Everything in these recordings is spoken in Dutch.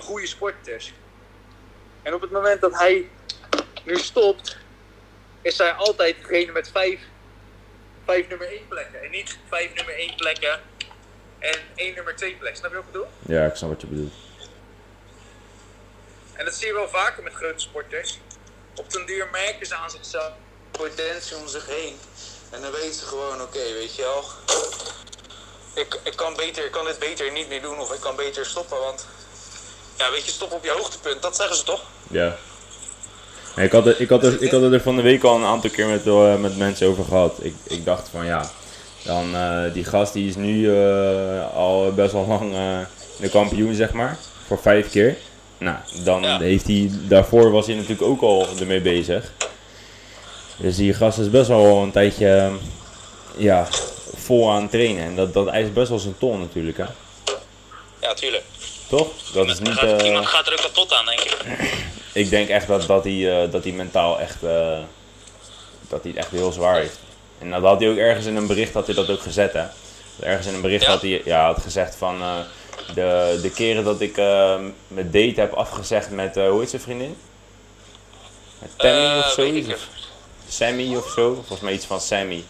goede sporters. En op het moment dat hij nu stopt, is hij altijd degene met vijf, vijf nummer 1 plekken. En niet vijf nummer 1 plekken en één nummer 2 plek. Snap je wat ik bedoel? Ja, ik snap wat je bedoelt. En dat zie je wel vaker met grote sporters. Op den duur merken ze aan zichzelf. potentie om zich heen. En dan weten ze gewoon, oké, weet je wel. Ik, ik, kan beter, ik kan dit beter niet meer doen of ik kan beter stoppen. Want, ja, weet je, stop op je hoogtepunt. Dat zeggen ze toch? Ja. Nee, ik, had er, ik, had er, ik had het er van de week al een aantal keer met, eh, met mensen over gehad. Ik, ik dacht van ja, dan, eh, die gast die is nu eh, al best wel lang eh, de kampioen, zeg maar. Voor vijf keer. Nou, dan Ja. heeft hij, daarvoor was hij natuurlijk ook al ermee bezig. Dus die gast is best wel een tijdje eh, ja, vol aan het trainen. En dat, dat eist best wel zijn tol natuurlijk, hè. Ja, tuurlijk. Toch? Dat is niet... eh, Iemand gaat er ook kapot aan, denk ik. Ik denk echt dat, dat, hij, eh, dat hij mentaal echt, eh, dat hij het echt heel zwaar heeft. En dat had hij ook ergens in een bericht had hij dat ook gezet, hè? Ergens in een bericht Ja. had hij ja, had gezegd van eh, de, de keren dat ik eh, mijn date heb afgezegd met, eh, hoe heet zijn vriendin? Met Tammy Eh, of weet zoiets? ik Of Sammy of zo? Volgens mij iets van Sammy.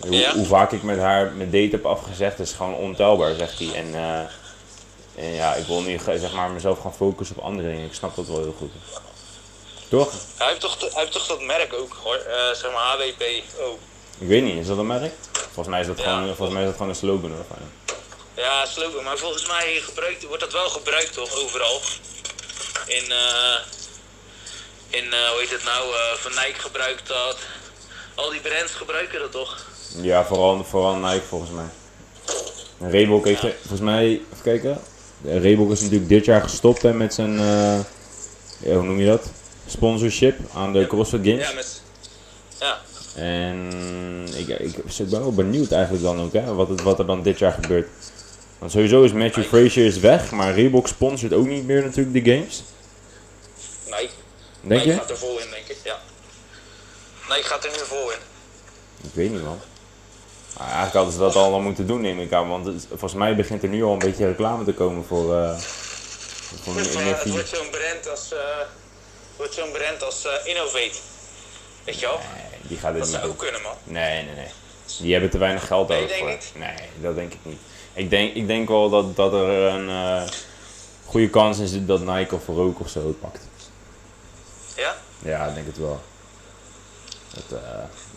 Hoe, Ja. hoe vaak ik met haar mijn date heb afgezegd is gewoon ontelbaar, zegt hij. En, eh, en ja, ik wil nu ge- zeg maar, mezelf gaan focussen op andere dingen. Ik snap dat wel heel goed. Toch? Hij heeft toch, hij heeft toch dat merk ook, hoor. Eh, zeg maar HWPO. Ik weet niet, is dat een merk? Volgens mij is dat, Ja. gewoon, volgens mij is dat gewoon een slogan hoor. van hem. Ja, slogan. Maar volgens mij gebruikt, wordt dat wel gebruikt toch overal. In, eh, in eh, hoe heet het nou, eh Van Nike gebruikt dat. Al die brands gebruiken dat toch? Ja, vooral, vooral Nike volgens mij. En Reebok heeft er- volgens mij, even kijken. Ja, Reebok is natuurlijk dit jaar gestopt hè, met zijn, eh, ja, hoe noem je dat? Sponsorship aan de CrossFit Games. Ja, met... Ja. En ik, ik, ik ben wel benieuwd eigenlijk dan ook, hè, wat, het, wat er dan dit jaar gebeurt. Want sowieso is Matthew Frazier is weg, maar Reebok sponsort ook niet meer natuurlijk de games. Nike. Denk Nike je? gaat er vol in, denk ik. Ja. Nike gaat er nu vol in. Ik weet niet, man. Maar eigenlijk hadden ze dat al dan moeten doen, neem ik aan. Want het- volgens mij begint er nu al een beetje reclame te komen voor, eh voor Dus, eh, meer het wordt fiets. zo'n brand als, eh, wordt zo'n brand als eh, Innovate. Weet je wel? Nee, die gaat dit Dat niet zou doen. ook kunnen, man. Nee, nee, nee. Die hebben te weinig geld Nee, over. denk voor. niet. Nee, dat denk ik niet. Ik denk, ik denk wel dat, dat er een eh, goede kans in zit dat Nike of Rook of zo het pakt. Ja? Ja, ik denk het wel. Dat, eh,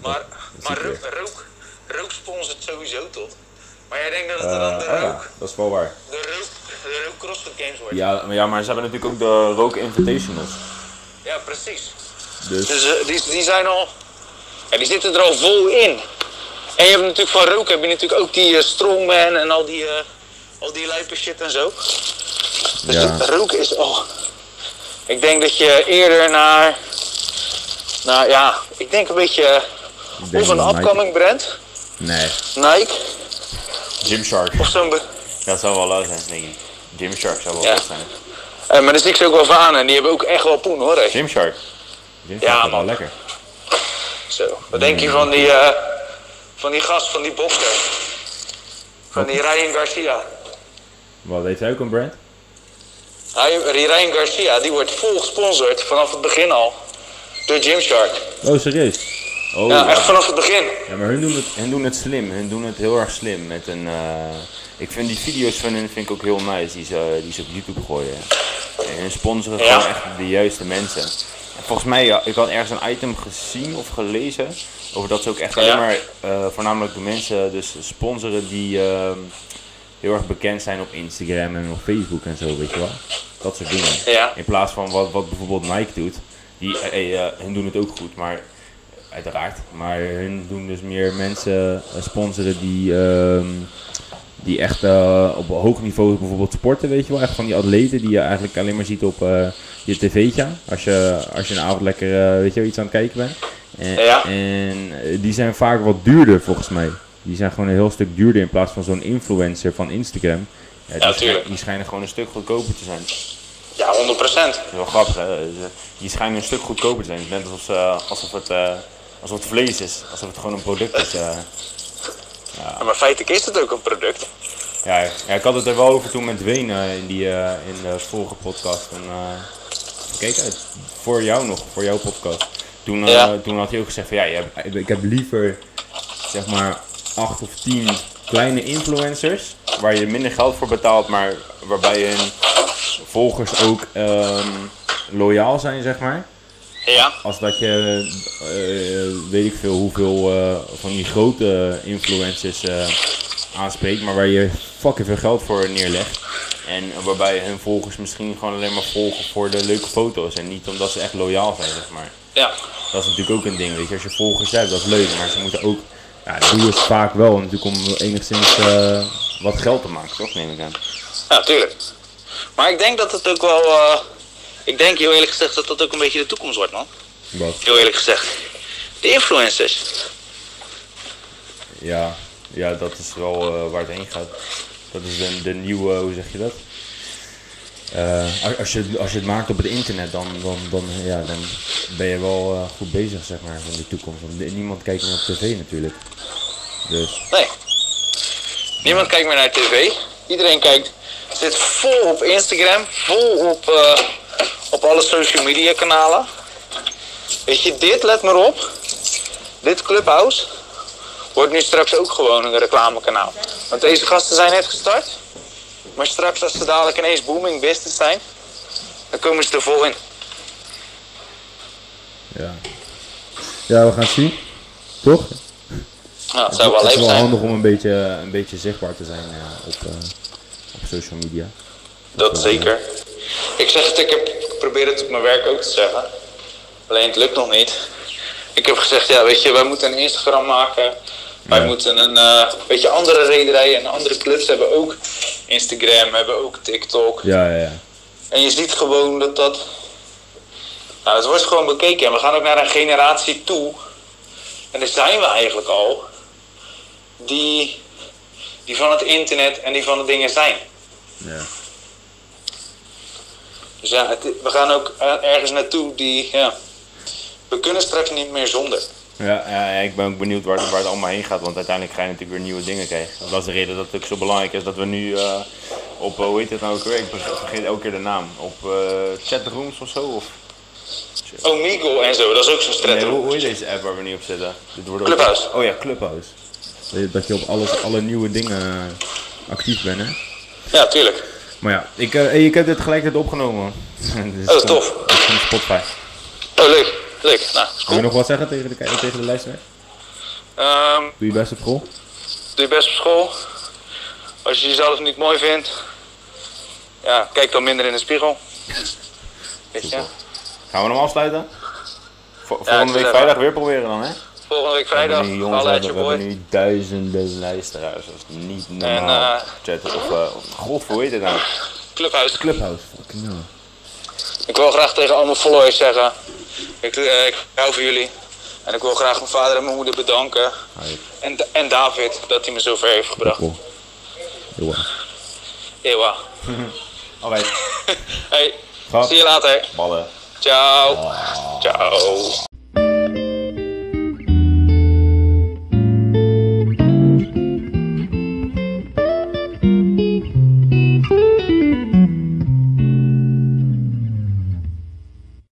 Maar, dat maar zie ik rook, weer. rook, rook sponsort sowieso toch? Maar jij denkt dat het Eh, dan de oh ja, rook, dat is wel waar. de rook, de rook CrossFit Games wordt? Ja, maar- ja, maar ze hebben natuurlijk ook de Rook Invitationals. Ja, precies. Dus Dus eh, die, die zijn al, ja, die zitten er al vol in. En je hebt natuurlijk van rook heb je natuurlijk ook die eh, strongman en al die, eh, al die lijpe shit en zo. Dus Ja. de rook is al, ik denk dat je eerder naar, nou ja, ik denk een beetje eh, ik denk of een dat Nike- upcoming brand, Nee. Nike, Gymshark. of zo'n... be- Dat zou wel leuk zijn, denk ik. Gymshark zou wel Ja. leuk zijn. Eh, maar er is niks ook wel van aan en die hebben ook echt wel poen hoor. hè. Gymshark. Gymshark Ja, is wel man. lekker. Zo. Wat denk Mm. je van die, eh, van die gast, van die bokser? Van die Ryan Garcia. Wat heeft hij ook een brand? Hij, die Ryan Garcia die wordt vol gesponsord vanaf het begin al door Gymshark. Oh, serieus? Oh, Ja, echt ja. vanaf het begin. Ja, maar hun doen, het, hun doen het slim. Hun doen het heel erg slim. Met een, eh, ik vind die video's van hun vind ik ook heel nice, die ze, die ze op YouTube gooien. En hun sponsoren Ja. gewoon echt de juiste mensen. En volgens mij, ja, ik had ergens een item gezien of gelezen over dat ze ook echt alleen Ja. maar eh, voornamelijk de mensen dus sponsoren die ehm, heel erg bekend zijn op Instagram en op Facebook en zo, weet je wel. Dat soort dingen. Ja. In plaats van wat, wat bijvoorbeeld Nike doet. Die, eh, eh, hun doen het ook goed, maar uiteraard. Maar hun doen dus meer mensen eh, sponsoren die, ehm, die echt eh, op hoog niveau bijvoorbeeld sporten, weet je wel. Echt van die atleten die je eigenlijk alleen maar ziet op eh, je tv'tje. Als je, als je een avond lekker eh, weet je, wel, iets aan het kijken bent. En, Ja. en eh, die zijn vaak wat duurder volgens mij. Die zijn gewoon een heel stuk duurder in plaats van zo'n influencer van Instagram. Ja, die, schij- tuurlijk. die schijnen gewoon een stuk goedkoper te zijn. Dat Ja, 100%. is wel grappig, hè? Ze- Die schijnen een stuk goedkoper te zijn. Het is net alsof, ze- alsof, het, eh, alsof het vlees is. Alsof het gewoon een product is. eh. Ja, maar feitelijk is het ook een product. Ja, ja, ik had het er wel over toen met Dwayne eh, in, die, eh, in de vorige podcast. En, eh, even kijken, uit, voor jou nog, voor jouw podcast. Toen, eh, Ja. toen had hij ook gezegd van ja, je hebt- eh, ik heb liever zeg maar acht of tien kleine influencers. Waar je minder geld voor betaalt, maar waarbij hun volgers ook ehm, loyaal zijn, zeg maar. Ja. Als dat je, eh, weet ik veel, hoeveel eh, van die grote influencers eh, aanspreekt, maar waar je fucking veel geld voor neerlegt. En waarbij hun volgers misschien gewoon alleen maar volgen voor de leuke foto's en niet omdat ze echt loyaal zijn, zeg maar. Ja. Dat is natuurlijk ook een ding, weet je. Als je volgers hebt, dat is leuk, maar ze moeten ook, ja, dat doen ze vaak wel natuurlijk om enigszins eh, wat geld te maken, toch, neem ik aan. Ja, tuurlijk. Maar ik denk dat het ook wel. eh, ik denk heel eerlijk gezegd dat dat ook een beetje de toekomst wordt, man. Wat? Heel eerlijk gezegd. De influencers. Ja, ja, dat is wel eh, waar het heen gaat. Dat is de, de nieuwe, hoe zeg je dat? Eh, als- als, je, het- als je het maakt op het internet, dan, dan, dan, ja, dan ben je wel eh, goed bezig, zeg maar, van de toekomst. Want ni- niemand kijkt meer op tv natuurlijk. Dus, Nee. Niemand kijkt meer naar tv. Iedereen kijkt. Zit vol op Instagram. Vol op, eh, op alle social media kanalen. Weet je, dit, let maar op. Dit Clubhouse. Wordt nu straks ook gewoon een reclamekanaal. Want deze gasten zijn net gestart. Maar straks als ze dadelijk ineens booming business zijn. Dan komen ze er vol in. ja. Ja, we gaan het zien. Toch? Nou, dat zou wel het is leuk wel zijn. handig om een beetje, een beetje zichtbaar te zijn eh, op, eh, op social media. Dat zeker. Ik zeg het, ik, heb, ik probeer het op mijn werk ook te zeggen. Alleen het lukt nog niet. Ik heb gezegd, ja, weet je, wij moeten een Instagram maken. Wij Ja. moeten een eh, beetje andere rederijen en andere clubs hebben ook Instagram, hebben ook TikTok. Ja, ja, ja. En je ziet gewoon dat dat. Nou, het wordt gewoon bekeken. En we gaan ook naar een generatie toe. En daar zijn we eigenlijk al. Die, die van het internet en die van de dingen zijn. ja. Dus ja, het- we gaan ook eh, ergens naartoe die, ja, we kunnen straks niet meer zonder. Ja, ja, ja, ik ben ook benieuwd waar, het- waar het allemaal heen gaat, want uiteindelijk ga je natuurlijk weer nieuwe dingen krijgen. Dat is de reden dat het ook zo belangrijk is dat we nu eh, op, eh, hoe heet het nou ook weer, ik ver- vergeet elke keer de naam, op eh, chatrooms of zo? Of, Omegle en zo, dat is ook zo'n nee, stretter. hoe, hoe heet deze app waar we nu op zitten? Dit wordt ook- Clubhouse. Oh ja, Clubhouse. Dat je- Dat je op alles, alle nieuwe dingen eh, actief bent, hè? Ja, tuurlijk. Maar ja, ik, eh, hey, ik heb dit gelijktijd opgenomen. Dus Oh, het komt- tof. Het komt op Spotify. Oh, leuk. Leuk. Nou, is Wil cool. je nog wat zeggen tegen de, ki- tegen de luisteraar? Ehm, Doe je best op school? doe je best op school. Als je jezelf niet mooi vindt, ja, kijk dan minder in de spiegel. Weet je? Gaan we hem afsluiten? Vo- ik volgende vind week het vrijdag weer proberen dan, hè? Volgende week We vrijdag, hebben nu, jongens, alle we uit je hebben, we boy. hebben nu duizenden luisteraars. Dat is niet normaal. eh, Chatten of, eh, of- god, hoe heet het nou? Clubhuis. Clubhouse, fucking hell. Ik wil graag tegen al mijn followers zeggen, ik, eh, ik hou van jullie. En ik wil graag mijn vader en mijn moeder bedanken. Hi, En, en David, dat hij me zover heeft gebracht. cool. Doei. Ewa. Alright, Hey, Grap. zie je later. ballen. Ciao. Ciao.